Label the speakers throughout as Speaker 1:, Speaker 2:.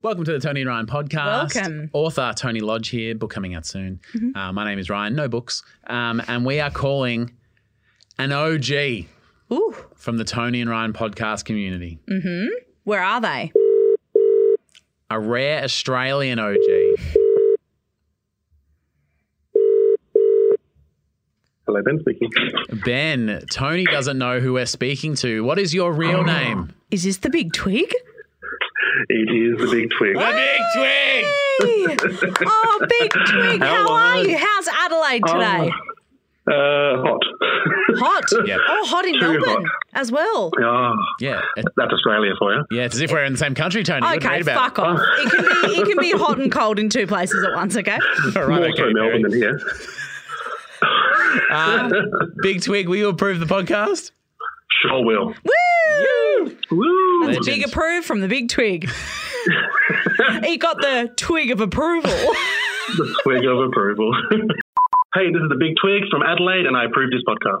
Speaker 1: Welcome to the Tony and Ryan podcast.
Speaker 2: Welcome. Mm-hmm.
Speaker 1: Author Tony Lodge here, book coming out soon. Uh, my name is Ryan, no books. Um, and we are calling an OG
Speaker 2: Ooh,
Speaker 1: from the Tony and Ryan podcast community,
Speaker 2: Mm. where are they?
Speaker 1: a rare Australian OG.
Speaker 3: Hello, Ben speaking.
Speaker 1: Ben, Tony doesn't know who we're speaking to. What is your
Speaker 2: Oh.
Speaker 1: real name?
Speaker 2: Is this the big twig?
Speaker 3: It is the big twig.
Speaker 1: Big Twig!
Speaker 2: Hey. oh, big twig, how,
Speaker 3: Hello.
Speaker 2: are you? How's Adelaide today?
Speaker 3: Uh, hot.
Speaker 2: hot.
Speaker 1: Yep.
Speaker 2: Oh, hot in
Speaker 3: Too
Speaker 2: Melbourne
Speaker 3: hot.
Speaker 2: as well.
Speaker 3: Ah,
Speaker 1: Yeah, it-
Speaker 3: that's Australia for you.
Speaker 1: yeah, it's as if we're in the same country, Tony. Good
Speaker 2: Okay,
Speaker 1: read about
Speaker 2: fuck off. It can be it can be hot and cold in two places at once. Okay.
Speaker 1: it. All right,
Speaker 3: More so
Speaker 1: okay,
Speaker 3: Melbourne than here.
Speaker 1: Uh, Big Twig, will you approve the podcast?
Speaker 3: Sure will.
Speaker 2: Woo!
Speaker 3: Woo!
Speaker 2: That's a
Speaker 1: Legend.
Speaker 2: big approve from the big twig. he got the twig of approval.
Speaker 3: The twig of approval. hey, this is the big twig from Adelaide, and I approve this podcast.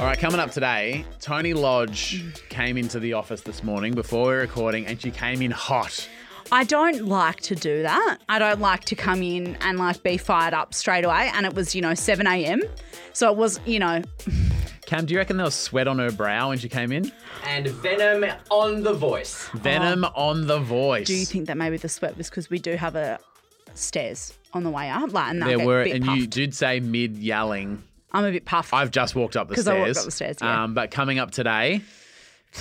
Speaker 1: All right, coming up today, Tony Lodge came into the office this morning before we were recording and she came in hot.
Speaker 2: I don't like to do that. I don't like to come in and like be fired up straight away. And it was, you know, 7 a.m. So it was, you know,
Speaker 1: Cam, do you reckon there was sweat on her brow when she came in?
Speaker 4: and Venom on The Voice.
Speaker 1: Venom on the voice.
Speaker 2: Oh. do you think that maybe the sweat was because we do have a stairs on the way up? Like, and that
Speaker 1: there
Speaker 2: get
Speaker 1: were,
Speaker 2: a bit
Speaker 1: and
Speaker 2: puffed.
Speaker 1: you did say mid yelling.
Speaker 2: I'm a bit puffed.
Speaker 1: I've just walked up the
Speaker 2: 'Cause
Speaker 1: stairs.
Speaker 2: I walked up the stairs, yeah.
Speaker 1: Um, but coming up today,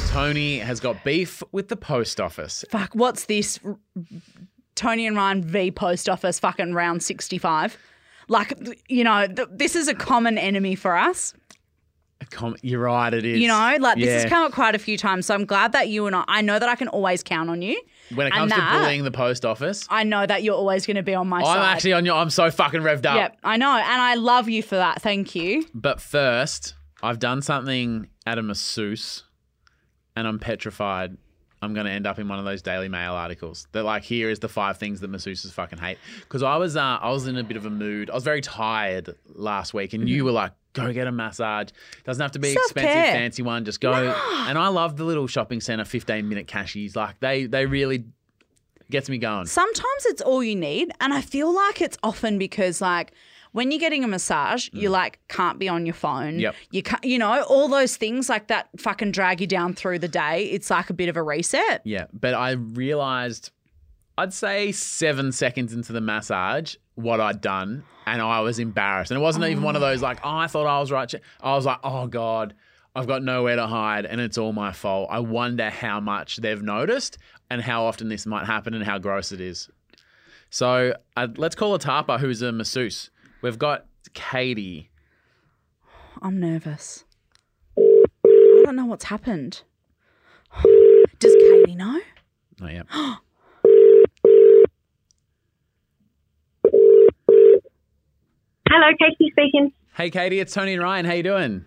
Speaker 1: Tony has got beef with the post office.
Speaker 2: Fuck, what's this? Tony and Ryan v post office fucking round 65. Like, you know, th- this is a common enemy for us.
Speaker 1: Com- You're right, it is.
Speaker 2: You know, like this
Speaker 1: Yeah.
Speaker 2: has come up quite a few times. So I'm glad that you and I, I know that I can always count on you.
Speaker 1: When it
Speaker 2: and
Speaker 1: comes
Speaker 2: that-
Speaker 1: to bullying the post office,
Speaker 2: I know that you're always going to be on my side.
Speaker 1: I'm actually on your. I'm so fucking revved up.
Speaker 2: Yep, I know. And I love you for that. Thank you.
Speaker 1: But first, I've done something at a masseuse, and I'm petrified. I'm going to end up in one of those Daily Mail articles that, like, here is the five things that masseuses fucking hate. Because I was, uh, I was in a bit of a mood. I was very tired last week, and you were like, "Go get a massage. Doesn't have to be
Speaker 2: Self-care.
Speaker 1: expensive, fancy one. Just go." And I love the little shopping centre, 15 minute cashies. Like, they they really gets me going.
Speaker 2: Sometimes it's all you need. And I feel like it's often because, like, when you're getting a massage, you like can't be on your phone.
Speaker 1: Mm. Yep.
Speaker 2: You can't, you know, all those things like that fucking drag you down through the day. It's like a bit of a reset.
Speaker 1: Yeah, but I realized I'd say seven seconds into the massage what I'd done, and I was embarrassed. And it wasn't even one of those like, oh, I thought I was right. I was like, oh god, I've got nowhere to hide, and it's all my fault. I wonder how much they've noticed, and how often this might happen, and how gross it is. So uh, let's call a Tapa, who's a masseuse. We've got Katie.
Speaker 2: I'm nervous. I don't know what's happened. Does Katie know?
Speaker 1: Oh yeah.
Speaker 5: Hello, Katie speaking.
Speaker 1: hey Katie, it's Tony and Ryan. How you doing?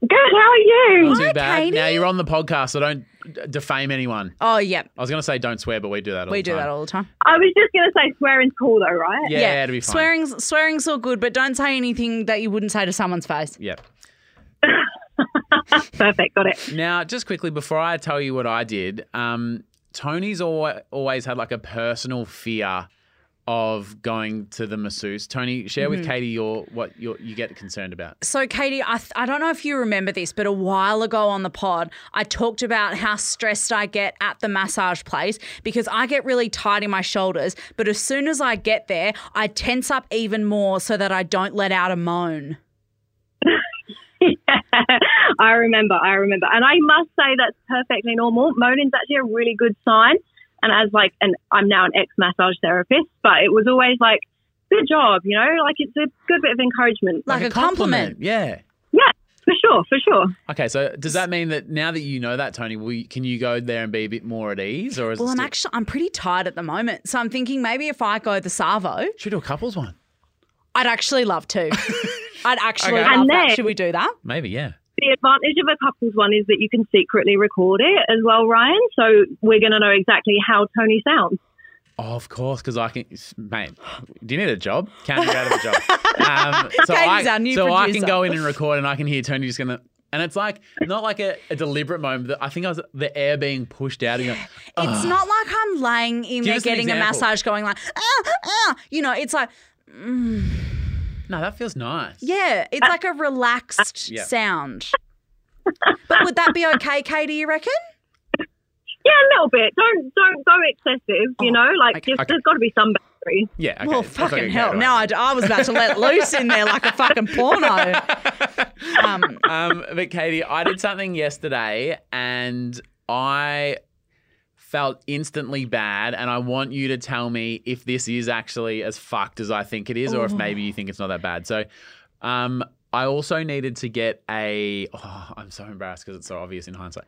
Speaker 5: Good, how are you?
Speaker 1: Not too bad.
Speaker 2: Katie.
Speaker 1: Now you're on the podcast, so don't d- defame anyone.
Speaker 2: Oh, yeah.
Speaker 1: I was going to say don't swear, but we do that all
Speaker 2: We
Speaker 1: the
Speaker 2: do
Speaker 1: time.
Speaker 2: that all the time.
Speaker 5: I was just going to say swearing's cool though, right?
Speaker 1: Yeah, it'd be fine.
Speaker 2: Swearing's, swearing's all good, but don't say anything that you wouldn't say to someone's face.
Speaker 1: Yep.
Speaker 5: Perfect, got it.
Speaker 1: Now, just quickly before I tell you what I did, um, Tony's always, always had like a personal fear of going to the masseuse. Tony, share
Speaker 2: Mm-hmm.
Speaker 1: with Katie your what your, you get concerned about.
Speaker 2: So, Katie, I, th- I don't know if you remember this, but a while ago on the pod, I talked about how stressed I get at the massage place because I get really tight in my shoulders. But as soon as I get there, I tense up even more so that I don't let out a moan.
Speaker 5: I remember, I remember. And I must say that's perfectly normal. Moaning's actually a really good sign. And as like, and I'm now an ex massage therapist, but it was always like good job, you know, like it's a good bit of encouragement.
Speaker 2: Like, a compliment.
Speaker 1: Yeah.
Speaker 5: yeah, for sure, for sure.
Speaker 1: Okay, so does that mean that now that you know that, Tony, will you, can you go there and be a bit more at ease, or is
Speaker 2: Well,
Speaker 1: it
Speaker 2: I'm
Speaker 1: still-
Speaker 2: actually I'm pretty tired at the moment, so I'm thinking maybe if I go the Savo,
Speaker 1: should we do a couples one?
Speaker 2: I'd actually love to. I'd actually
Speaker 1: Okay.
Speaker 2: love
Speaker 5: And
Speaker 2: that.
Speaker 5: then-
Speaker 2: Should we do that?
Speaker 1: Maybe, yeah.
Speaker 5: The advantage of a couples one is that you can secretly record it as well, Ryan. So we're going to know exactly how Tony sounds.
Speaker 1: Oh, of course, because I can. Mate, do you need a job? Count you out of a job. Um, so
Speaker 2: Katie's
Speaker 1: I,
Speaker 2: our new
Speaker 1: so I can
Speaker 2: producer.
Speaker 1: go in and record, and I can hear Tony just gonna. And it's like not like a, a deliberate moment. But I think I was the air being pushed out. And you're like,
Speaker 2: It's not like I'm laying
Speaker 1: Give
Speaker 2: in there
Speaker 1: us an
Speaker 2: getting a
Speaker 1: example.
Speaker 2: massage, going like, ah, ah. You know, it's like,
Speaker 1: no, that feels nice.
Speaker 2: yeah, it's like a relaxed
Speaker 1: Uh, Yeah.
Speaker 2: sound. but would that be okay, Katie? You reckon?
Speaker 5: Yeah, a little bit. Don't don't go excessive. You know, like
Speaker 1: Oh, okay,
Speaker 5: just,
Speaker 1: okay.
Speaker 5: there's got to be some boundary.
Speaker 1: Yeah. Okay.
Speaker 2: well,
Speaker 1: That's like
Speaker 2: fucking
Speaker 1: a
Speaker 2: hell!
Speaker 1: great
Speaker 2: Now I,
Speaker 1: idea.
Speaker 2: I was about to let loose in there like a fucking porno. Um,
Speaker 1: um, but Katie, I did something yesterday and I felt instantly bad. And I want you to tell me if this is actually as fucked as I think it is, or if maybe you think it's not that bad. So, um, I also needed to get a. Oh, I'm so embarrassed because it's so obvious in hindsight.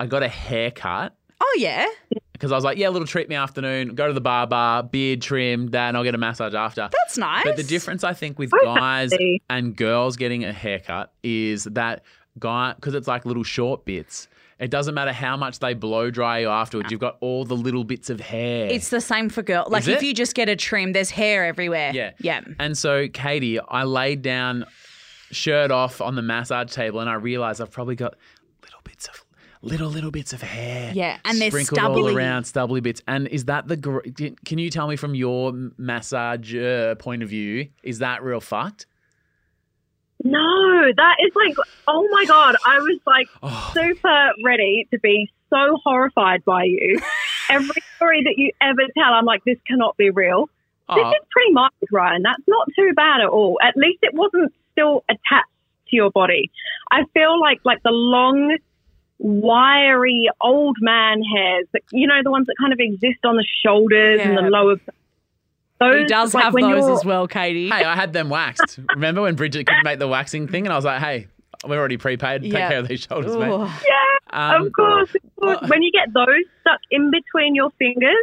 Speaker 1: I got a haircut
Speaker 2: oh yeah,
Speaker 1: because I was like, yeah, a little treat me afternoon, go to the barber, beard trimmed, that, and I'll get a massage after.
Speaker 2: that's nice.
Speaker 1: But the difference I think with
Speaker 5: Okay.
Speaker 1: guys and girls getting a haircut is that guy because it's like little short bits. It doesn't matter how much they blow dry you afterwards. You've got all the little bits of hair.
Speaker 2: It's the same for girls. Like
Speaker 1: Is
Speaker 2: if
Speaker 1: it?
Speaker 2: you just get a trim, there's hair everywhere.
Speaker 1: yeah,
Speaker 2: yeah.
Speaker 1: And so, Katie, I laid down, shirt off on the massage table, and I realized I've probably got little bits of little little bits of hair.
Speaker 2: Yeah, and they're
Speaker 1: sprinkled all
Speaker 2: stubbly.
Speaker 1: around, stubbly bits. And is that the? gr- Can you tell me from your massage uh, point of view? Is that real fucked?
Speaker 5: No, that is like, oh my god! I was like
Speaker 1: Oh.
Speaker 5: super ready to be so horrified by you. Every story that you ever tell, I'm like, this cannot be real. This
Speaker 1: Oh.
Speaker 5: is pretty mild, Ryan. That's not too bad at all. At least it wasn't still attached to your body. I feel like like the long, wiry old man hairs. That, you know the ones that kind of exist on the shoulders and the
Speaker 2: Yeah.
Speaker 5: lower. Those,
Speaker 2: He does
Speaker 5: like,
Speaker 2: have
Speaker 5: when
Speaker 2: those
Speaker 5: you're-
Speaker 2: as well, Katie.
Speaker 1: hey, I had them waxed. Remember when Bridget couldn't make the waxing thing, and I was like, hey, we're already prepaid. Take
Speaker 2: Yeah.
Speaker 1: care of these shoulders,
Speaker 2: Ooh.
Speaker 1: mate.
Speaker 5: Yeah,
Speaker 1: Um,
Speaker 5: of course. Of course.
Speaker 2: Oh.
Speaker 1: well-
Speaker 5: when you get those stuck in between your fingers,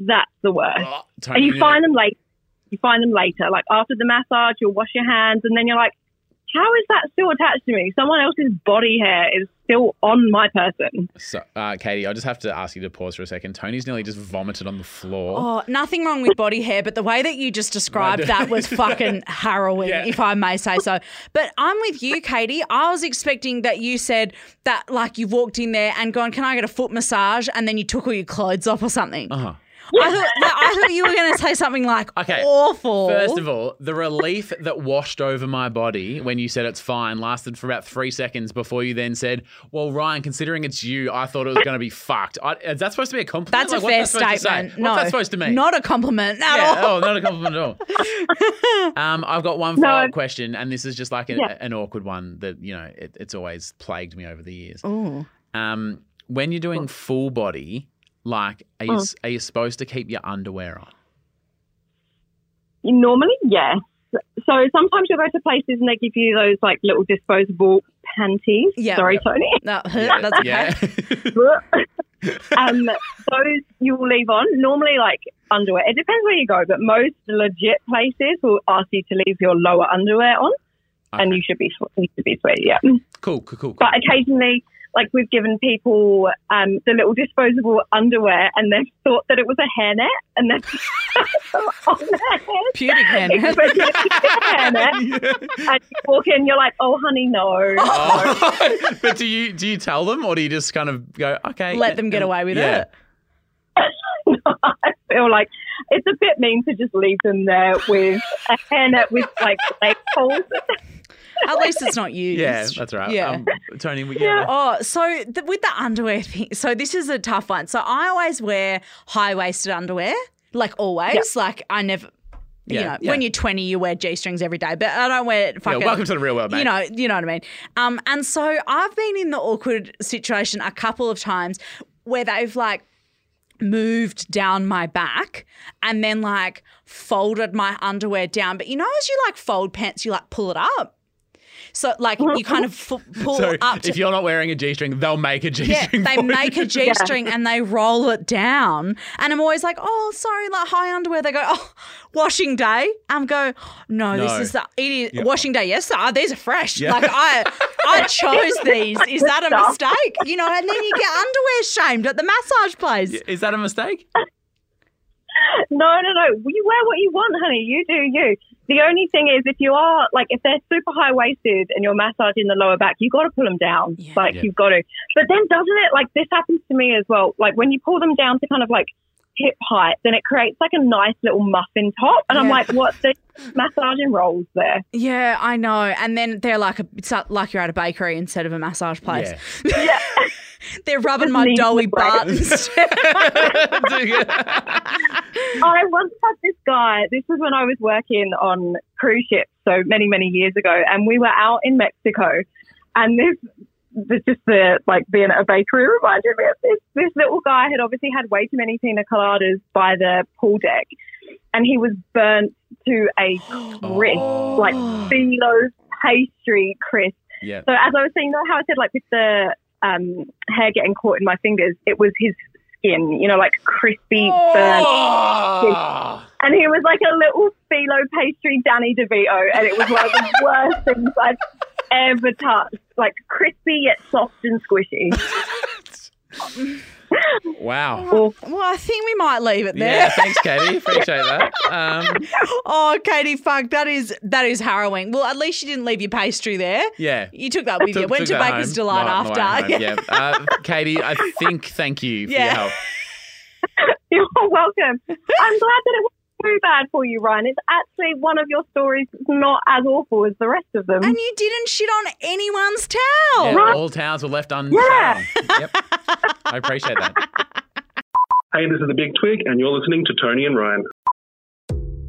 Speaker 5: that's the worst.
Speaker 1: Oh, Tony,
Speaker 5: and you
Speaker 1: know-
Speaker 5: find them later. You find them later. Like after the massage, you'll wash your hands, and then you're like, how is that still attached to me? Someone else's body hair is still on my person.
Speaker 1: So, uh, Katie, I just have to ask you to pause for a second. Tony's nearly just vomited on the floor.
Speaker 2: Oh, nothing wrong with body hair, but the way that you just described that was fucking harrowing,
Speaker 1: Yeah.
Speaker 2: if I may say so. But I'm with you, Katie. I was expecting that you said that, like, you walked in there and gone, Can I get a foot massage? And then you took all your clothes off or something.
Speaker 1: Uh-huh.
Speaker 2: I, thought, I thought you were going to say something like
Speaker 1: Okay.
Speaker 2: awful.
Speaker 1: First of all, the relief that washed over my body when you said it's fine lasted for about three seconds before you then said, "Well, Ryan, considering it's you, I thought it was going to be fucked." I, is that supposed to be a compliment?
Speaker 2: that's
Speaker 1: Like,
Speaker 2: a
Speaker 1: what's
Speaker 2: fair
Speaker 1: that supposed to say?
Speaker 2: statement.
Speaker 1: What's
Speaker 2: no,
Speaker 1: that supposed to mean?
Speaker 2: Not a compliment at all.
Speaker 1: yeah, oh, not a compliment at all. Um, I've got one follow up
Speaker 5: No.
Speaker 1: question, and this is just like an,
Speaker 5: Yeah.
Speaker 1: an awkward one that you know it, it's always plagued me over the years. Um, when you're doing full body, like, are
Speaker 2: Mm.
Speaker 1: you s are you supposed to keep your underwear on?
Speaker 5: Normally, yes. So sometimes you'll go to places and they give you those like little disposable panties.
Speaker 2: Yeah.
Speaker 5: Sorry,
Speaker 1: Yep.
Speaker 5: Tony.
Speaker 2: No, that's okay.
Speaker 1: Yeah.
Speaker 5: um, those you will leave on. Normally, like underwear. It depends where you go, but most legit places will ask you to leave your lower underwear on, and
Speaker 1: Okay.
Speaker 5: you should be sw- you should be sweet. Yeah,
Speaker 1: cool, cool, cool. cool.
Speaker 5: but occasionally. Like we've given people um, the little disposable underwear, and they've thought that it was a hairnet, and they've on their head.
Speaker 2: Pubic hair.
Speaker 5: Expecting it to be a hairnet. And you walk in, you're like, "Oh, honey, no."
Speaker 1: Oh. but do you do you tell them, or do you just kind of go, okay,
Speaker 2: Let them get
Speaker 1: and-
Speaker 2: away with
Speaker 1: yeah.
Speaker 2: it.
Speaker 5: I feel like it's a bit mean to just leave them there with a hairnet with like leg holes.
Speaker 2: At least it's not used.
Speaker 1: Yeah, that's right.
Speaker 2: Yeah.
Speaker 1: Um, Tony, we, yeah.
Speaker 2: Oh, so the, with the underwear thing, so this is a tough one. So I always wear high waisted underwear, like always. Like I never, you
Speaker 1: Yeah,
Speaker 2: know,
Speaker 1: yeah.
Speaker 2: when you're 20, you wear G strings every day, but I don't wear fucking.
Speaker 1: welcome to the real world, mate.
Speaker 2: You know, you know what I mean. Um, and so I've been in the awkward situation a couple of times where they've like moved down my back and then like folded my underwear down. But you know, as you like fold pants, you like pull it up. So like you kind of f- pull
Speaker 1: So
Speaker 2: up. to-
Speaker 1: if you're not wearing a g-string, they'll make a
Speaker 2: yeah,
Speaker 1: g-string.
Speaker 2: they
Speaker 1: for you.
Speaker 2: make a G string and they roll it down. And I'm always like, oh, sorry, like high underwear. They go, oh, washing day. I'm go, no,
Speaker 1: No.
Speaker 2: this is the it is,
Speaker 1: Yeah.
Speaker 2: washing day. Yes, sir. These are fresh.
Speaker 1: Yeah.
Speaker 2: Like I, I chose these. Is that a
Speaker 5: Stop.
Speaker 2: mistake? You know, and then you get underwear shamed at the massage place.
Speaker 1: Is that a mistake?
Speaker 5: No, no, no. You wear what you want, honey. You do you. The only thing is, if you are like, if they're super high waisted and you're massaging the lower back, you got to pull them down.
Speaker 2: Yeah.
Speaker 5: Like
Speaker 1: Yeah.
Speaker 5: you've got to. But then doesn't it like this happens to me as well? Like when you pull them down to kind of like hip height, then it creates like a nice little muffin top, and I'm
Speaker 2: Yeah.
Speaker 5: like, what the massaging rolls there?
Speaker 2: Yeah, I know. And then they're like a, it's like- like you're at a bakery instead of a massage place.
Speaker 1: Yeah.
Speaker 2: They're rubbing my
Speaker 5: Leave the
Speaker 2: doughy
Speaker 5: bread.
Speaker 2: butt. instead.
Speaker 5: I once had this guy. This was when I was working on cruise ships, so many, many years ago, and we were out in Mexico, and this. this just the like being at a bakery reminded me of this. This little guy had obviously had way too many pina coladas by the pool deck, and he was burnt to a crisp, like phyllo pastry crisp.
Speaker 1: Yeah.
Speaker 5: So as I was saying, you know how I said like with the um, hair getting caught in my fingers, it was his skin, you know, like crispy burnt
Speaker 1: Oh.
Speaker 5: and he was like a little phyllo pastry Danny DeVito, and it was one of the worst things I've ever touched. Like crispy yet soft and squishy.
Speaker 1: Wow.
Speaker 5: Or
Speaker 2: well, I think we might leave it there.
Speaker 1: Yeah, thanks, Katie. Appreciate that. Um,
Speaker 2: Oh, Katie, fuck, that is that is harrowing. Well, at least you didn't leave your pastry there.
Speaker 1: yeah.
Speaker 2: You took that with you.
Speaker 1: Took-
Speaker 2: Went
Speaker 1: took
Speaker 2: to
Speaker 1: that
Speaker 2: Baker's
Speaker 1: home.
Speaker 2: Delight
Speaker 1: Right, on the way
Speaker 2: after.
Speaker 1: home, Yeah. Uh, Katie, I think thank you for your
Speaker 2: Yeah.
Speaker 1: help.
Speaker 5: you're welcome. I'm glad that it wasn't too bad for you, Ryan. It's actually one of your stories that's not as awful as the rest of them.
Speaker 2: And you didn't shit on anyone's towel.
Speaker 1: Yeah, all towns were left unshown.
Speaker 5: Yeah.
Speaker 1: Yep. I appreciate that.
Speaker 3: Hey, this is the Big Twig, and you're listening to Tony and Ryan.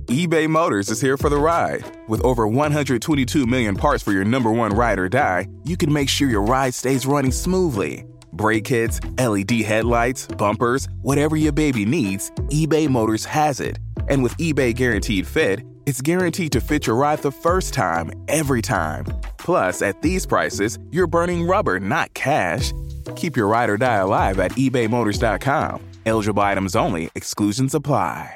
Speaker 6: eBay Motors is here for the ride. With over 122 million parts for your number one ride or die, you can make sure your ride stays running smoothly. Brake kits, LED headlights, bumpers, whatever your baby needs, eBay Motors has it. And with eBay Guaranteed Fit, it's guaranteed to fit your ride the first time, every time. Plus, at these prices, you're burning rubber, not cash. Keep your ride or die alive at ebaymotors.com. Eligible items only, exclusions apply.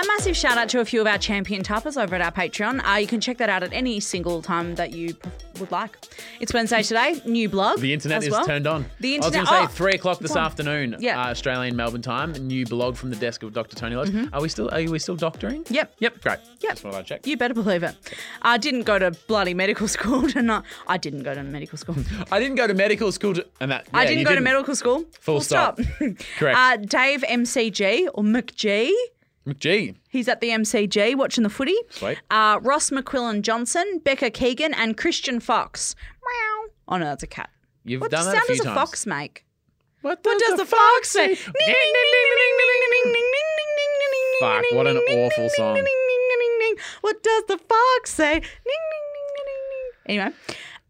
Speaker 2: A massive shout out to a few of our champion tappers over at our Patreon. Uh, you can check that out at any single time that you p- would like. It's Wednesday today. New blog.
Speaker 1: The internet
Speaker 2: as
Speaker 1: is
Speaker 2: well.
Speaker 1: turned on. I
Speaker 2: The internet-
Speaker 1: was going
Speaker 2: oh,
Speaker 1: to say three o'clock this
Speaker 2: go on.
Speaker 1: afternoon,
Speaker 2: Yeah.
Speaker 1: uh, Australian Melbourne time. New blog from the desk of Dr. Tony Lodge. Are we still? Are we still doctoring?
Speaker 2: Mm-hmm. Yep.
Speaker 1: Yep. Great.
Speaker 2: Yep.
Speaker 1: Just wanted to check.
Speaker 2: You better believe it. I didn't go to bloody medical school to not. I didn't go to medical school.
Speaker 1: I didn't go to medical school, to, and that
Speaker 2: I
Speaker 1: yeah,
Speaker 2: didn't
Speaker 1: you
Speaker 2: go to medical school.
Speaker 1: Full stop. Correct.
Speaker 2: Uh, Dave MCG or McG.
Speaker 1: McGee.
Speaker 2: He's at the MCG watching the footy.
Speaker 1: Sweet.
Speaker 2: Uh, Ross McQuillan Johnson, Becca Keegan, and Christian Fox. Meow. Oh no, that's a cat.
Speaker 1: You've
Speaker 2: What
Speaker 1: done that a
Speaker 2: sound
Speaker 1: few
Speaker 2: does a
Speaker 1: times.
Speaker 2: fox make?
Speaker 1: What
Speaker 2: What does the fox say? Ding, ding, ding, ding, ding, ding, ding, ding, ding, ding, ding, ding,
Speaker 1: Fuck,
Speaker 2: ding,
Speaker 1: what an
Speaker 2: ding, ding,
Speaker 1: awful
Speaker 2: ding,
Speaker 1: song.
Speaker 2: ding, ding, ding, ding, ding. What does the fox say? Ding, ding, ding, ding, ding, ding. Anyway,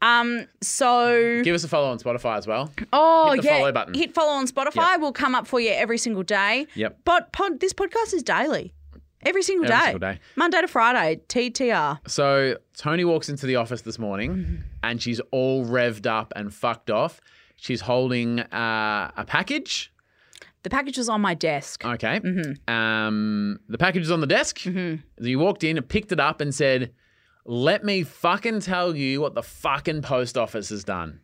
Speaker 2: um, so
Speaker 1: Give us a follow on Spotify as well.
Speaker 2: oh
Speaker 1: hit the
Speaker 2: yeah,
Speaker 1: follow button.
Speaker 2: hit follow on Spotify. We'll come up for you every single day.
Speaker 1: Yep.
Speaker 2: But pod, this podcast is daily, every single
Speaker 1: Every
Speaker 2: day,
Speaker 1: single day.
Speaker 2: Monday to Friday, TTR.
Speaker 1: So Tony walks into the office this morning, and she's all revved up and fucked off. She's holding uh, a package.
Speaker 2: The package was on my desk.
Speaker 1: Okay.
Speaker 2: Mm-hmm.
Speaker 1: Um, the package is on the desk. You walked in and picked it up and said, "Let me fucking tell you what the fucking post office has done."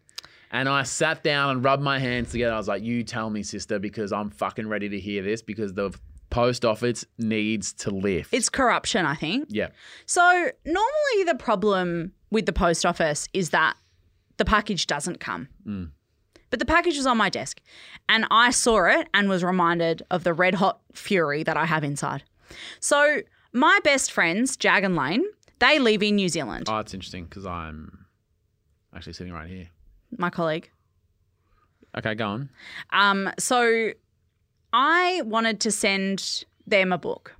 Speaker 1: And I sat down and rubbed my hands together. I was like, "You tell me, sister, because I'm fucking ready to hear this because the post office needs to lift.
Speaker 2: It's corruption, I think.
Speaker 1: yeah.
Speaker 2: So normally the problem with the post office is that the package doesn't come.
Speaker 1: Mm.
Speaker 2: But the package was on my desk and I saw it and was reminded of the red hot fury that I have inside. So my best friends, Jag and Lane, they live in New Zealand.
Speaker 1: Oh, it's interesting because I'm actually sitting right here.
Speaker 2: my colleague.
Speaker 1: Okay, go on.
Speaker 2: Um, so I wanted to send them a book,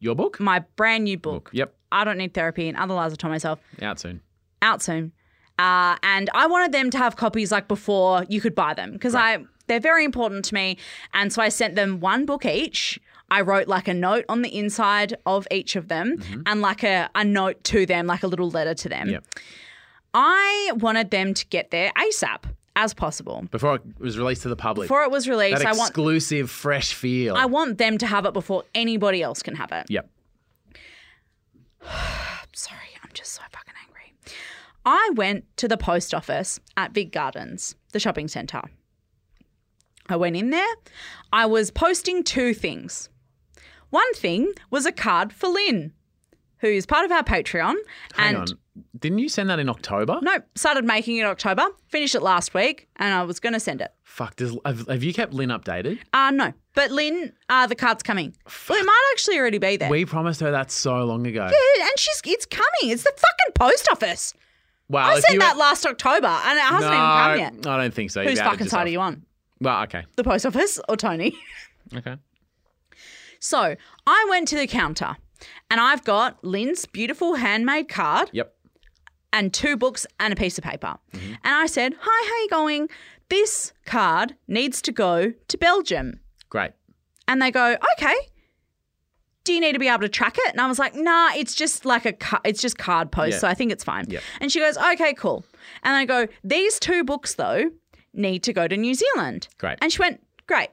Speaker 1: Your book?
Speaker 2: my brand new book.
Speaker 1: Yep.
Speaker 2: I don't need therapy and other lies I told myself.
Speaker 1: Out soon.
Speaker 2: out soon. Uh, and I wanted them to have copies like before you could buy them because I they're very important to me. And so I sent them one book each. I wrote like a note on the inside of each of them and like a, a note to them, like a little letter to them.
Speaker 1: Mm-hmm. Yep.
Speaker 2: I wanted them to get there ASAP as possible.
Speaker 1: Before it was released to the public.
Speaker 2: Before it was
Speaker 1: that
Speaker 2: released, I want
Speaker 1: exclusive fresh feel.
Speaker 2: I want them to have it before anybody else can have it.
Speaker 1: yep.
Speaker 2: Sorry, I'm just so fucking angry. I went to the post office at Vic Gardens, the shopping centre. I went in there. I was posting two things. One thing was a card for Lynn, who's part of our Patreon.
Speaker 1: Hang
Speaker 2: and
Speaker 1: on. Didn't you send that in October?
Speaker 2: nope, started making it October, finished it last week, and I was going to send it.
Speaker 1: Fuck. Does, have, have you kept Lynn updated?
Speaker 2: Uh, no, but Lynn, uh, the card's coming. Well, it might actually already be there.
Speaker 1: We promised her that so long ago.
Speaker 2: and she's it's coming. It's the fucking post office.
Speaker 1: Wow.
Speaker 2: I sent that last October and it hasn't even come yet.
Speaker 1: I don't think so.
Speaker 2: Whose fucking side are you on?
Speaker 1: Well, okay.
Speaker 2: The post office or Tony?
Speaker 1: Okay.
Speaker 2: So I went to the counter and I've got Lynn's beautiful handmade card
Speaker 1: Yep.
Speaker 2: and two books and a piece of paper. And I said, Hi, how you going? This card needs to go to Belgium.
Speaker 1: Great.
Speaker 2: And they go, Okay. Do you need to be able to track it? And I was like, Nah, it's just like a, ca- it's just card post,
Speaker 1: Yeah.
Speaker 2: so I think it's fine.
Speaker 1: Yeah.
Speaker 2: And she goes, Okay, cool. And I go, These two books though need to go to New Zealand.
Speaker 1: Great.
Speaker 2: And she went, Great.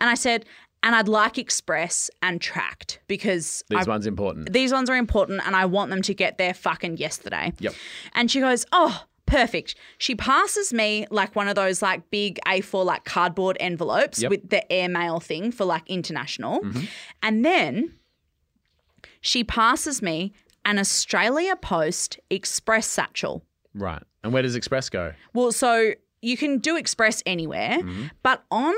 Speaker 2: And I said, And I'd like express and tracked because
Speaker 1: These
Speaker 2: I
Speaker 1: ones important.
Speaker 2: these ones are important and I want them to get there fucking yesterday.
Speaker 1: Yep.
Speaker 2: And she goes, Oh, perfect. She passes me like one of those like big A4 like cardboard envelopes
Speaker 1: Yep.
Speaker 2: with the airmail thing for like international. And then she passes me an Australia Post Express satchel.
Speaker 1: Right. And where does Express go?
Speaker 2: Well, so you can do express anywhere, but on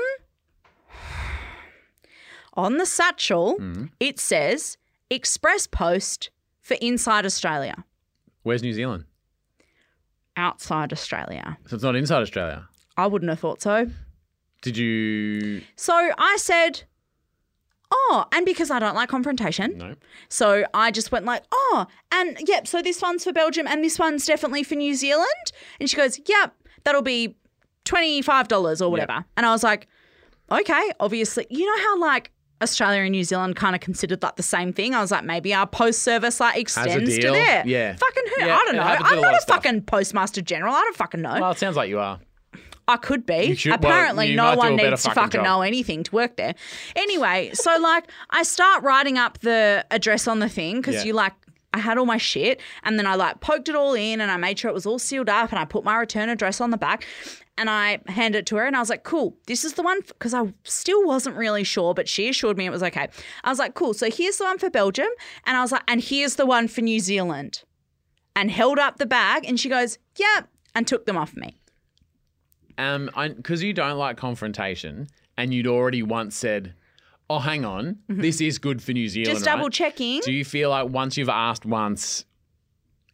Speaker 2: on the satchel it says express post for inside Australia,
Speaker 1: Where's New Zealand?
Speaker 2: outside Australia.
Speaker 1: So it's not inside Australia.
Speaker 2: I wouldn't have thought so.
Speaker 1: Did you?
Speaker 2: So I said, "Oh, and because I don't like confrontation."
Speaker 1: No.
Speaker 2: So I just went like, "Oh, and yep, so this one's for Belgium and this one's definitely for New Zealand." And she goes, "Yep, that'll be $25 or whatever." And I was like, "Okay, obviously, you know how like Australia and New Zealand kind of considered like the same thing. I was like, maybe our post service like extends to
Speaker 1: deal.
Speaker 2: there.
Speaker 1: Yeah.
Speaker 2: fucking who?
Speaker 1: Yeah,
Speaker 2: I don't
Speaker 1: it
Speaker 2: know.
Speaker 1: happens with
Speaker 2: I'm
Speaker 1: a lot
Speaker 2: not a
Speaker 1: of stuff.
Speaker 2: fucking postmaster general. I don't fucking know.
Speaker 1: Well, it sounds like you are.
Speaker 2: I could be.
Speaker 1: You should- well,
Speaker 2: Apparently,
Speaker 1: you might
Speaker 2: no
Speaker 1: do
Speaker 2: one
Speaker 1: a better
Speaker 2: needs to
Speaker 1: fucking
Speaker 2: fucking
Speaker 1: job.
Speaker 2: know anything to work there. Anyway, so like I start writing up the address on the thing because
Speaker 1: Yeah.
Speaker 2: you like. I had all my shit and then I like poked it all in and I made sure it was all sealed up and I put my return address on the back and I handed it to her and I was like, cool, this is the one because I still wasn't really sure, but she assured me it was okay. I was like, cool, so here's the one for Belgium and I was like, and here's the one for New Zealand and held up the bag and she goes, yep, and took them off me.
Speaker 1: Um, because you don't like confrontation, and you'd already once said, "Oh, hang on, this is good for New Zealand."
Speaker 2: Mm-hmm. Just double
Speaker 1: right?
Speaker 2: checking.
Speaker 1: Do you feel like once you've asked once,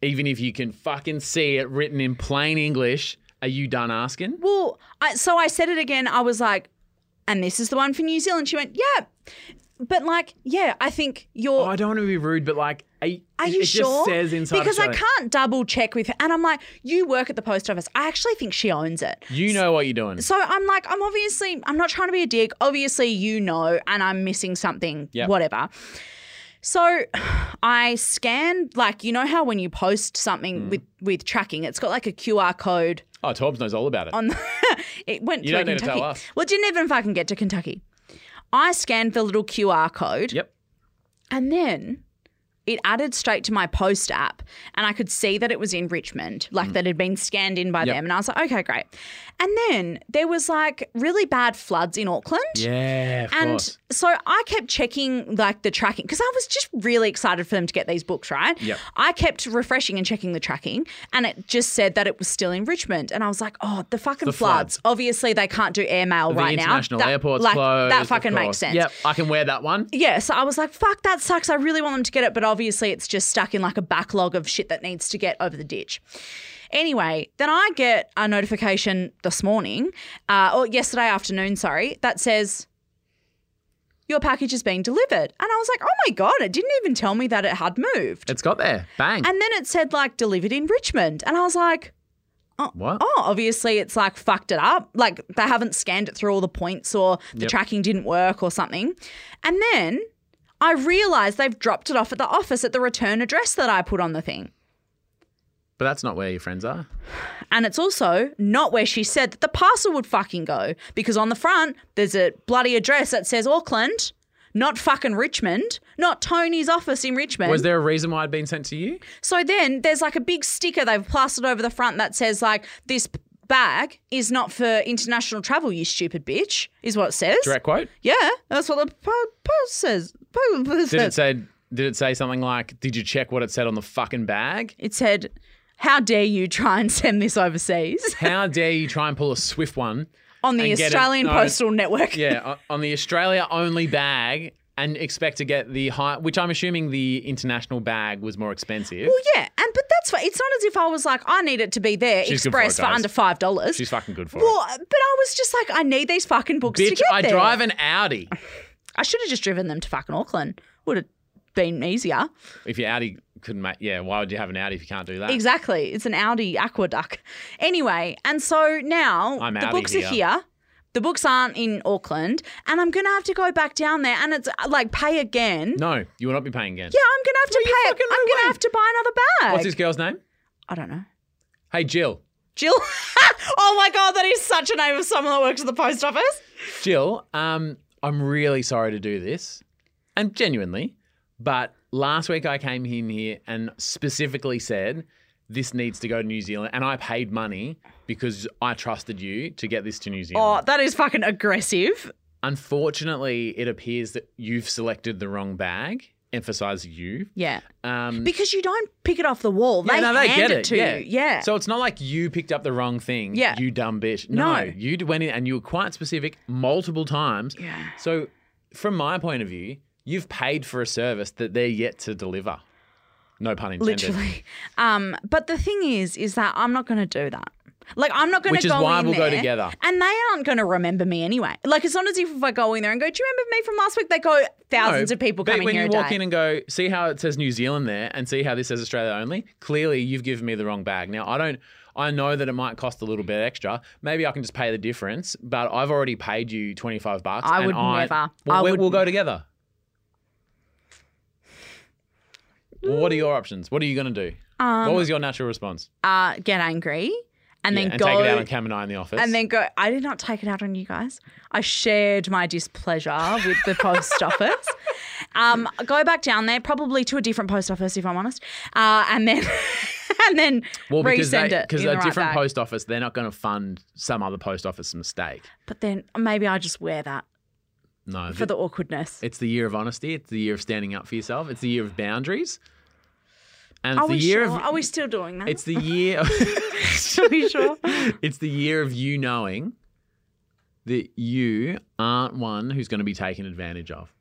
Speaker 1: even if you can fucking see it written in plain English, are you done asking?
Speaker 2: Well, I, so I said it again. I was like, and this is the one for New Zealand. She went, yeah. But like, yeah, I think
Speaker 1: Oh,
Speaker 2: you're.
Speaker 1: I don't want to be rude, but like, are, you-
Speaker 2: are
Speaker 1: it
Speaker 2: you
Speaker 1: it
Speaker 2: sure?
Speaker 1: Just says inside
Speaker 2: because I
Speaker 1: Australia.
Speaker 2: can't double check with her. And I'm like, you work at the post office. I actually think she owns it.
Speaker 1: You know what you're doing.
Speaker 2: So I'm like, I'm obviously, I'm not trying to be a dick. Obviously, you know, and I'm missing something,
Speaker 1: Yep.
Speaker 2: whatever. So I scanned, like, you know how when you post something
Speaker 1: Mm.
Speaker 2: with with tracking, it's got like a QR code
Speaker 1: oh, Torbs knows all about it.
Speaker 2: on it went
Speaker 1: You
Speaker 2: through
Speaker 1: don't need to
Speaker 2: Kentucky.
Speaker 1: tell us.
Speaker 2: Well, it didn't even fucking get to Kentucky. I scanned the little QR code
Speaker 1: yep.
Speaker 2: and then it added straight to my post app and I could see that it was in Richmond, like that had been scanned in by
Speaker 1: Mm. Yep.
Speaker 2: them. And I was like, okay, great. And then there was like really bad floods in Auckland.
Speaker 1: Yeah, of
Speaker 2: And
Speaker 1: course.
Speaker 2: so I kept checking like the tracking because I was just really excited for them to get these books, right?
Speaker 1: Yep.
Speaker 2: I kept refreshing and checking the tracking and it just said that it was still in Richmond. And I was like, oh, the fucking
Speaker 1: The
Speaker 2: floods.
Speaker 1: floods.
Speaker 2: Obviously, they can't do airmail
Speaker 1: the
Speaker 2: right now.
Speaker 1: international
Speaker 2: That-
Speaker 1: airport's
Speaker 2: like,
Speaker 1: closed.
Speaker 2: That
Speaker 1: of
Speaker 2: fucking makes
Speaker 1: course.
Speaker 2: sense.
Speaker 1: Yep, I can wear that one.
Speaker 2: Yeah, so I was like, fuck, that sucks. I really want them to get it, but obviously it's just stuck in like a backlog of shit that needs to get over the ditch. Anyway, then I get a notification this morning, uh, or yesterday afternoon, sorry, that says, your package is being delivered. And I was like, oh my God, it didn't even tell me that it had moved.
Speaker 1: It's got there. Bang.
Speaker 2: And then it said, like, delivered in Richmond. And I was like,
Speaker 1: what?
Speaker 2: oh, obviously it's like fucked it up. Like they haven't scanned it through all the points or the
Speaker 1: Yep.
Speaker 2: tracking didn't work or something. And then I realized they've dropped it off at the office at the return address that I put on the thing.
Speaker 1: But that's not where your friends are.
Speaker 2: And it's also not where she said that the parcel would fucking go because on the front there's a bloody address that says Auckland. Not fucking Richmond, not Tony's office in Richmond.
Speaker 1: Was there a reason why it'd been sent to you?
Speaker 2: So then there's like a big sticker they've plastered over the front that says like this bag is not for international travel, you stupid bitch, is what it says.
Speaker 1: Direct quote.
Speaker 2: Yeah, that's what the po- post says. Po- post
Speaker 1: Did it
Speaker 2: says.
Speaker 1: say? Did it say something like? Did you check what it said on the fucking bag?
Speaker 2: It said, "How dare you try and send this overseas
Speaker 1: How dare you try and pull a swift one?
Speaker 2: on the
Speaker 1: And get it-
Speaker 2: Australian
Speaker 1: no.
Speaker 2: Postal Network?"
Speaker 1: Yeah, on- on the Australia only bag, and expect to get the high. Which I'm assuming the international bag was more expensive.
Speaker 2: Well, yeah, and but that's fine. It's not as if I was like, I need it to be there
Speaker 1: She's good for it,
Speaker 2: express for,
Speaker 1: guys.
Speaker 2: under five dollars.
Speaker 1: She's fucking good for
Speaker 2: Well, but I was just like, I need these fucking books to
Speaker 1: it. Bitch,
Speaker 2: get
Speaker 1: I
Speaker 2: there.
Speaker 1: drive an Audi.
Speaker 2: I should have just driven them to fucking Auckland. Would have been easier.
Speaker 1: If your Audi couldn't make, yeah, why would you have an Audi if you can't do that?
Speaker 2: Exactly. It's an Audi aqueduct. Anyway, and so now
Speaker 1: I'm
Speaker 2: the
Speaker 1: Audi
Speaker 2: books are
Speaker 1: here.
Speaker 2: here. The books aren't in Auckland, and I'm gonna have to go back down there and it's uh, like pay again.
Speaker 1: No, you will not be paying again.
Speaker 2: Yeah, I'm gonna have to
Speaker 1: you
Speaker 2: pay.
Speaker 1: fucking
Speaker 2: I'm
Speaker 1: no
Speaker 2: gonna
Speaker 1: way.
Speaker 2: have to buy another bag.
Speaker 1: What's this girl's name?
Speaker 2: I don't know.
Speaker 1: Hey, Jill.
Speaker 2: Jill. oh my god, that is such a name of someone that works at the post office.
Speaker 1: Jill, um, I'm really sorry to do this, and genuinely, but last week I came in here and specifically said this needs to go to New Zealand, and I paid money because I trusted you to get this to New
Speaker 2: Oh,
Speaker 1: Zealand.
Speaker 2: that is fucking aggressive.
Speaker 1: Unfortunately, it appears that you've selected the wrong bag. Emphasize you.
Speaker 2: Yeah,
Speaker 1: Um,
Speaker 2: because you don't pick it off the wall.
Speaker 1: yeah,
Speaker 2: they
Speaker 1: no,
Speaker 2: hand
Speaker 1: they get
Speaker 2: it,
Speaker 1: it.
Speaker 2: to
Speaker 1: yeah.
Speaker 2: you. Yeah.
Speaker 1: So it's not like you picked up the wrong thing.
Speaker 2: Yeah.
Speaker 1: You dumb bitch.
Speaker 2: No.
Speaker 1: No. You d- went in and you were quite specific multiple times. Yeah. So, from my point of view, you've paid for a service that they're yet to deliver. No pun intended.
Speaker 2: literally. Um, but the thing is, is that I'm not going to do that. Like I'm not going
Speaker 1: Which
Speaker 2: to
Speaker 1: is
Speaker 2: go
Speaker 1: why
Speaker 2: in
Speaker 1: we'll go
Speaker 2: there,
Speaker 1: together.
Speaker 2: and they aren't going to remember me anyway. Like it's not as if if I go in there and go, "Do you remember me from last week?" They go
Speaker 1: No,
Speaker 2: thousands of people
Speaker 1: but
Speaker 2: coming
Speaker 1: when
Speaker 2: here
Speaker 1: you
Speaker 2: a
Speaker 1: walk
Speaker 2: day.
Speaker 1: in and go, see how it says New Zealand there, and see how this says Australia only. Clearly, you've given me the wrong bag. Now, I don't. I know that it might cost a little bit extra. Maybe I can just pay the difference. But I've already paid you twenty five bucks.
Speaker 2: I
Speaker 1: and
Speaker 2: would never.
Speaker 1: Well,
Speaker 2: I
Speaker 1: we-
Speaker 2: would-
Speaker 1: we'll go together. Well, what are your options? What are you going to do? what was your natural response?
Speaker 2: uh, get angry Um, and
Speaker 1: Yeah,
Speaker 2: then
Speaker 1: and
Speaker 2: go
Speaker 1: take it out on Cam and I in the office.
Speaker 2: and then go. I did not take it out on you guys. I shared my displeasure with the post office. Um, go back down there, probably to a different post office, if I'm honest, uh, and then and then
Speaker 1: well, because
Speaker 2: resend
Speaker 1: they-
Speaker 2: it
Speaker 1: because
Speaker 2: in
Speaker 1: a
Speaker 2: the right
Speaker 1: different
Speaker 2: bag.
Speaker 1: post office, they're not going to fund some other post office mistake.
Speaker 2: But then maybe I just wear that
Speaker 1: No,
Speaker 2: for the awkwardness.
Speaker 1: It's the year of honesty. It's the year of standing up for yourself. It's the year of boundaries. And
Speaker 2: Are
Speaker 1: it's the
Speaker 2: we
Speaker 1: year
Speaker 2: sure?
Speaker 1: of
Speaker 2: Are we still doing that?
Speaker 1: it's the year
Speaker 2: Are we sure?
Speaker 1: it's the year of you knowing that you aren't one who's going to be taken advantage of.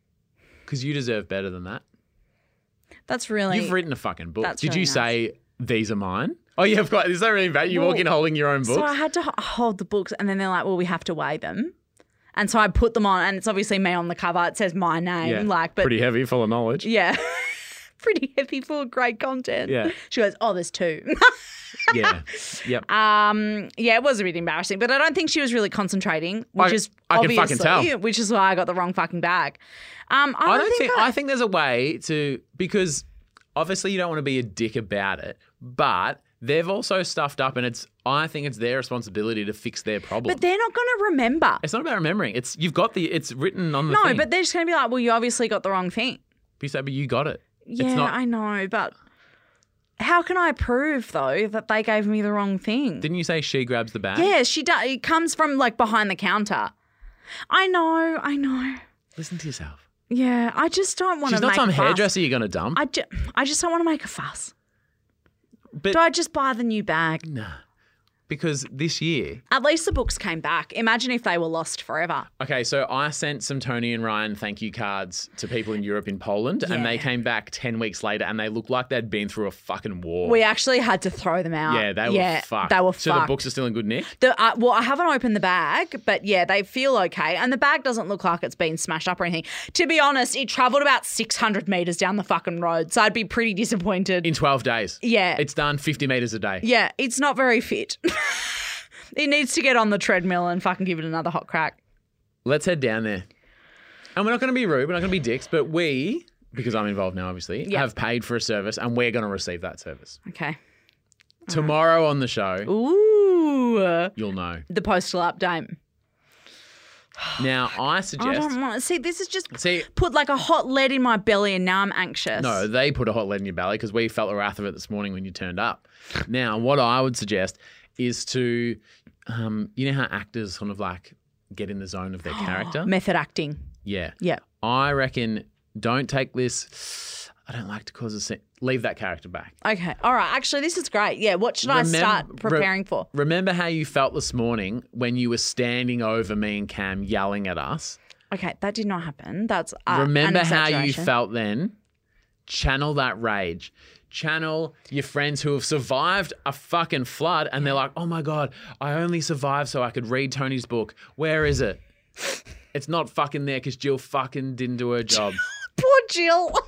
Speaker 1: Cuz you deserve better than that.
Speaker 2: That's really.
Speaker 1: You've written a fucking book.
Speaker 2: that's
Speaker 1: Did
Speaker 2: really
Speaker 1: you
Speaker 2: nice.
Speaker 1: say these are mine? Oh yeah, of course. Is that really bad? You walk
Speaker 2: Well,
Speaker 1: in holding your own books.
Speaker 2: so I had to h- hold the books, and then they're like, "Well, we have to weigh them," and so I put them on, and it's obviously me on the cover. It says my name,
Speaker 1: yeah.
Speaker 2: like, but
Speaker 1: pretty heavy full of knowledge.
Speaker 2: yeah, pretty heavy, full of great content.
Speaker 1: Yeah.
Speaker 2: She goes, "Oh, there's two.
Speaker 1: yeah. Yep.
Speaker 2: um, yeah, it was a bit embarrassing, but I don't think she was really concentrating, which
Speaker 1: I-
Speaker 2: is
Speaker 1: I can
Speaker 2: obviously,
Speaker 1: fucking tell.
Speaker 2: which is why I got the wrong fucking bag. Um, I don't,
Speaker 1: I don't think,
Speaker 2: I,
Speaker 1: I think there's a way to because obviously you don't want to be a dick about it, but they've also stuffed up, and it's I think it's their responsibility to fix their problem.
Speaker 2: but they're not going to remember.
Speaker 1: it's not about remembering. It's you've got the it's written on the
Speaker 2: No,
Speaker 1: thing.
Speaker 2: but they're just going to be like, well, you obviously got the wrong thing.
Speaker 1: you say, but you got it.
Speaker 2: Yeah,
Speaker 1: not-
Speaker 2: I know, but how can I prove though that they gave me the wrong thing?
Speaker 1: Didn't you say she grabs the bag?
Speaker 2: yeah, she does. It comes from like behind the counter. I know, I know.
Speaker 1: Listen to yourself.
Speaker 2: Yeah, I just don't want to.
Speaker 1: She's not
Speaker 2: make
Speaker 1: some
Speaker 2: a fuss.
Speaker 1: hairdresser you're going to dump.
Speaker 2: I, ju- I just don't want to make a fuss.
Speaker 1: but
Speaker 2: Do I just buy the new bag?
Speaker 1: nah. Because this year,
Speaker 2: At least the books came back. Imagine if they were lost forever.
Speaker 1: okay, so I sent some Tony and Ryan thank you cards to people in Europe in Poland, and they
Speaker 2: Yeah.
Speaker 1: came back 10 weeks later and they looked like they'd been through a fucking war.
Speaker 2: We actually had to throw them out.
Speaker 1: Oh. yeah, they were fucked.
Speaker 2: Uh, They were
Speaker 1: So
Speaker 2: fucked.
Speaker 1: the books are still in good nick?
Speaker 2: The, uh, well, I haven't opened the bag, but yeah, they feel okay. And the bag doesn't look like it's been smashed up or anything. To be honest, it travelled about 600 metres down the fucking road, so I'd be pretty disappointed.
Speaker 1: In 12 days.
Speaker 2: Yeah.
Speaker 1: It's done 50 metres a day.
Speaker 2: yeah, it's not very fit. it needs to get on the treadmill and fucking give it another hot crack.
Speaker 1: Let's head down there. And we're not going to be rude, we're not going to be dicks, but we, because I'm involved now, obviously,
Speaker 2: Yeah.
Speaker 1: have paid for a service and we're going to receive that service.
Speaker 2: Okay.
Speaker 1: Tomorrow on the show,
Speaker 2: Ooh,
Speaker 1: you'll know.
Speaker 2: the postal update.
Speaker 1: Now, I
Speaker 2: I
Speaker 1: suggest.
Speaker 2: don't want to see. This is just
Speaker 1: See,
Speaker 2: put like a hot lead in my belly, and now I'm anxious.
Speaker 1: no, they put a hot lead in your belly because we felt the wrath of it this morning when you turned up. Now, what I would suggest is to, um, you know how actors kind of like get in the zone of their character?
Speaker 2: method acting.
Speaker 1: Yeah.
Speaker 2: Yeah.
Speaker 1: I reckon don't take this. I don't like to cause a scene. Leave that character back.
Speaker 2: Okay. All right. Actually, this is great. Yeah. What should
Speaker 1: Remem-
Speaker 2: I start
Speaker 1: re-
Speaker 2: preparing for?
Speaker 1: Remember how you felt this morning when you were standing over me and Cam yelling at us?
Speaker 2: Okay, that did not happen. That's uh,
Speaker 1: Remember
Speaker 2: an
Speaker 1: how you
Speaker 2: exaggeration.
Speaker 1: felt then? Channel that rage. Channel your friends who have survived a fucking flood and they're like, oh my God, I only survived so I could read Tony's book. Where is it? It's not fucking there because Jill fucking didn't do her job.
Speaker 2: Poor Jill.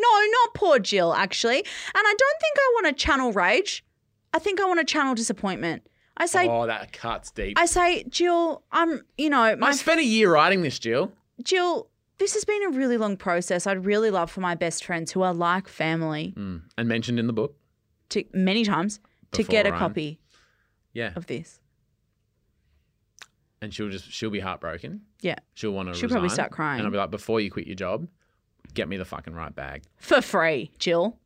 Speaker 2: No, not poor Jill. Actually, and I don't think I want to channel rage. I think I want to channel disappointment. I say,
Speaker 1: oh, that cuts deep.
Speaker 2: I say, Jill, I'm, you know, my
Speaker 1: I spent a year writing this, Jill.
Speaker 2: Jill. This has been a really long process. I'd really love for my best friends who are like family
Speaker 1: And mentioned in the book.
Speaker 2: to many times to
Speaker 1: Before
Speaker 2: get a
Speaker 1: Ryan.
Speaker 2: copy
Speaker 1: Yeah.
Speaker 2: of this.
Speaker 1: And she'll just she'll be heartbroken.
Speaker 2: Yeah,
Speaker 1: She'll want to
Speaker 2: She'll probably start crying.
Speaker 1: And I'll be like, before you quit your job, get me the fucking right bag.
Speaker 2: for free, Jill.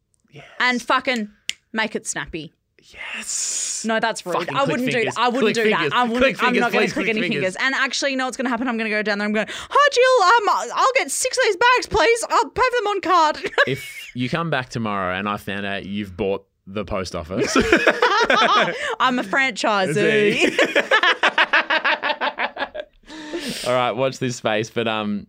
Speaker 2: And fucking make it snappy.
Speaker 1: Yes.
Speaker 2: No, that's rude.
Speaker 1: Fucking
Speaker 2: I
Speaker 1: click
Speaker 2: wouldn't
Speaker 1: fingers.
Speaker 2: do that. I wouldn't
Speaker 1: Click
Speaker 2: do
Speaker 1: fingers.
Speaker 2: that. I wouldn't.
Speaker 1: Click
Speaker 2: I'm
Speaker 1: fingers,
Speaker 2: not going
Speaker 1: please,
Speaker 2: to click
Speaker 1: click
Speaker 2: any
Speaker 1: fingers.
Speaker 2: fingers. And actually, you know what's going to happen? I'm going to go down there. I'm going, hi, Jill. Um, I'll get six of these bags, please. I'll pay for them on card.
Speaker 1: if you come back tomorrow and I found out you've bought the post office,
Speaker 2: I'm a franchisee.
Speaker 1: all right, watch this space. But um,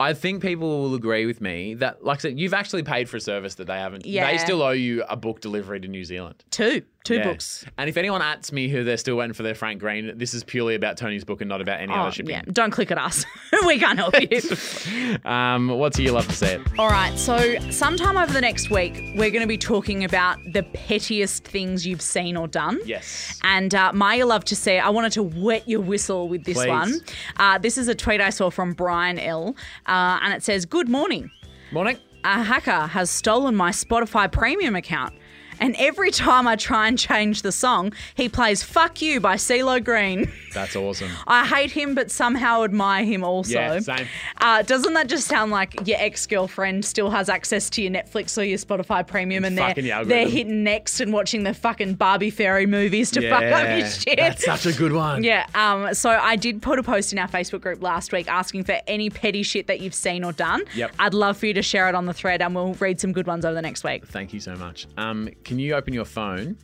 Speaker 1: I think people will agree with me that, like I said, you've actually paid for a service that they haven't.
Speaker 2: Yeah.
Speaker 1: They still owe you a book delivery to New Zealand.
Speaker 2: two, two
Speaker 1: Yeah.
Speaker 2: books.
Speaker 1: And if anyone asks me who they're still waiting for their Frank Green, this is purely about Tony's book and not about any
Speaker 2: Oh,
Speaker 1: other shipping.
Speaker 2: yeah, don't click at us. we can't help you.
Speaker 1: Um, what's your love to say it?
Speaker 2: All right, so sometime over the next week, we're going to be talking about the pettiest things you've seen or done.
Speaker 1: Yes.
Speaker 2: And uh, Maya loved to see. I wanted to wet your whistle with this
Speaker 1: Please.
Speaker 2: one. Uh, this is a tweet I saw from Brian L. Uh, and it says, Good morning.
Speaker 1: Morning.
Speaker 2: A hacker has stolen my Spotify premium account. And every time I try and change the song, he plays Fuck You by CeeLo Green.
Speaker 1: That's awesome.
Speaker 2: I hate him, but somehow admire him also.
Speaker 1: Yeah, same.
Speaker 2: Uh, doesn't that just sound like your ex girlfriend still has access to your Netflix or your Spotify premium and
Speaker 1: Fucking the
Speaker 2: they're,
Speaker 1: algorithm.
Speaker 2: they're hitting next and watching the fucking Barbie Fairy movies to fuck up your shit?
Speaker 1: That's such a good one.
Speaker 2: Yeah. Um, so I did put a post in our Facebook group last week asking for any petty shit that you've seen or done.
Speaker 1: Yep.
Speaker 2: I'd love for you to share it on the thread and we'll read some good ones over the next week.
Speaker 1: Thank you so much. Um, can you open your phone?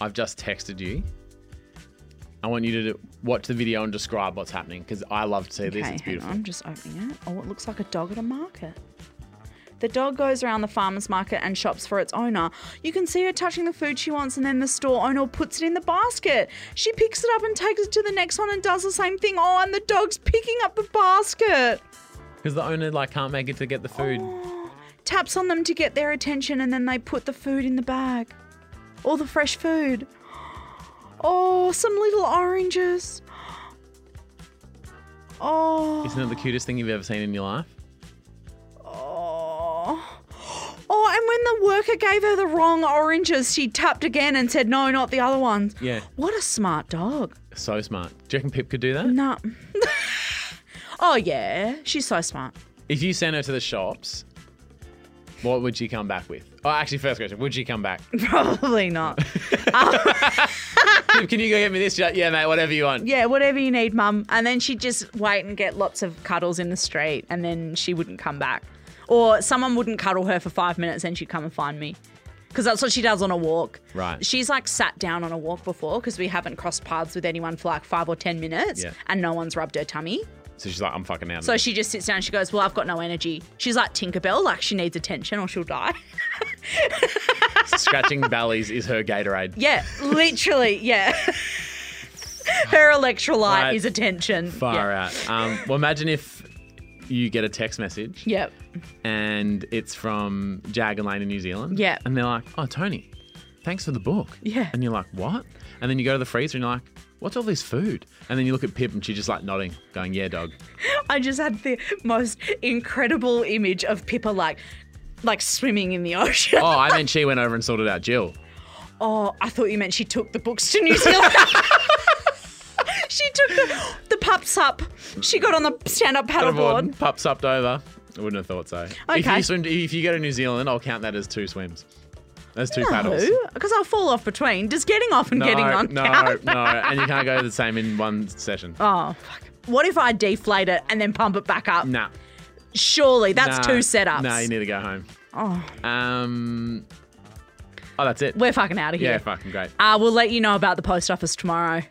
Speaker 1: I've just texted you. I want you to do- watch the video and describe what's happening because I love to see this. It's
Speaker 2: hang on.
Speaker 1: beautiful.
Speaker 2: I'm just opening it. Oh, it looks like a dog at a market. The dog goes around the farmer's market and shops for its owner. You can see her touching the food she wants, and then the store owner puts it in the basket. She picks it up and takes it to the next one and does the same thing. Oh, and the dog's picking up the basket.
Speaker 1: Because the owner like can't make it to get the food.
Speaker 2: Oh. taps on them to get their attention and then they put the food in the bag. All the fresh food. Oh, some little oranges. Oh.
Speaker 1: Isn't it the cutest thing you've ever seen in your life?
Speaker 2: Oh. Oh, and when the worker gave her the wrong oranges, she tapped again and said, "No, not the other ones."
Speaker 1: Yeah.
Speaker 2: What a smart dog.
Speaker 1: So smart. Do you reckon Pip could do that?
Speaker 2: No. oh yeah, she's so smart.
Speaker 1: If you send her to the shops, What would she come back with? Oh, actually, first question. Would she come back?
Speaker 2: Probably not.
Speaker 1: Can you go get me this? She's like, Yeah, mate, whatever you want.
Speaker 2: yeah, whatever you need, mum. And then she'd just wait and get lots of cuddles in the street, and then she wouldn't come back. Or someone wouldn't cuddle her for five minutes, and she'd come and find me. Because that's what she does on a walk.
Speaker 1: Right.
Speaker 2: She's like sat down on a walk before because we haven't crossed paths with anyone for like five or 10 minutes
Speaker 1: Yeah.
Speaker 2: and no one's rubbed her tummy.
Speaker 1: So she's like, I'm fucking out. of
Speaker 2: So
Speaker 1: it."
Speaker 2: she just sits down and she goes, Well, I've got no energy. She's like Tinkerbell, like she needs attention or she'll die.
Speaker 1: Scratching bellies is her Gatorade.
Speaker 2: Yeah, literally, yeah. Her electrolyte
Speaker 1: Right.
Speaker 2: is attention.
Speaker 1: Far
Speaker 2: yeah.
Speaker 1: out. Um, well, imagine if you get a text message
Speaker 2: Yep.
Speaker 1: and it's from Jag and Lane in New Zealand.
Speaker 2: Yeah.
Speaker 1: And they're like, oh, Tony, thanks for the book.
Speaker 2: Yeah.
Speaker 1: And you're like, what? And then you go to the freezer and you're like, what's all this food? And then you look at Pip and she's just like nodding, going, yeah, dog.
Speaker 2: I just had the most incredible image of Pippa like like swimming in the ocean.
Speaker 1: Oh, I meant she went over and sorted out Jill.
Speaker 2: Oh, I thought you meant she took the books to New Zealand. she took the, the pups up. She got on the stand up
Speaker 1: Got aboard,
Speaker 2: paddleboard.
Speaker 1: Pups upped over. I wouldn't have thought so. If
Speaker 2: Okay.
Speaker 1: you, swim, if you go to New Zealand, I'll count that as two swims. That's two paddles.
Speaker 2: No, because I'll fall off between. Does getting off and
Speaker 1: No,
Speaker 2: getting on
Speaker 1: no,
Speaker 2: count?
Speaker 1: no, and you can't go the same in one session.
Speaker 2: Oh, fuck. What if I deflate it and then pump it back up?
Speaker 1: Nah.
Speaker 2: Surely that's
Speaker 1: Nah.
Speaker 2: two setups.
Speaker 1: No, you need to go home.
Speaker 2: Oh.
Speaker 1: Um. Oh, that's it.
Speaker 2: We're fucking out of
Speaker 1: yeah,
Speaker 2: here.
Speaker 1: fucking great.
Speaker 2: Uh, we'll let you know about the post office tomorrow.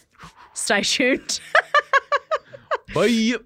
Speaker 2: Stay tuned.
Speaker 1: Bye.
Speaker 2: Love you.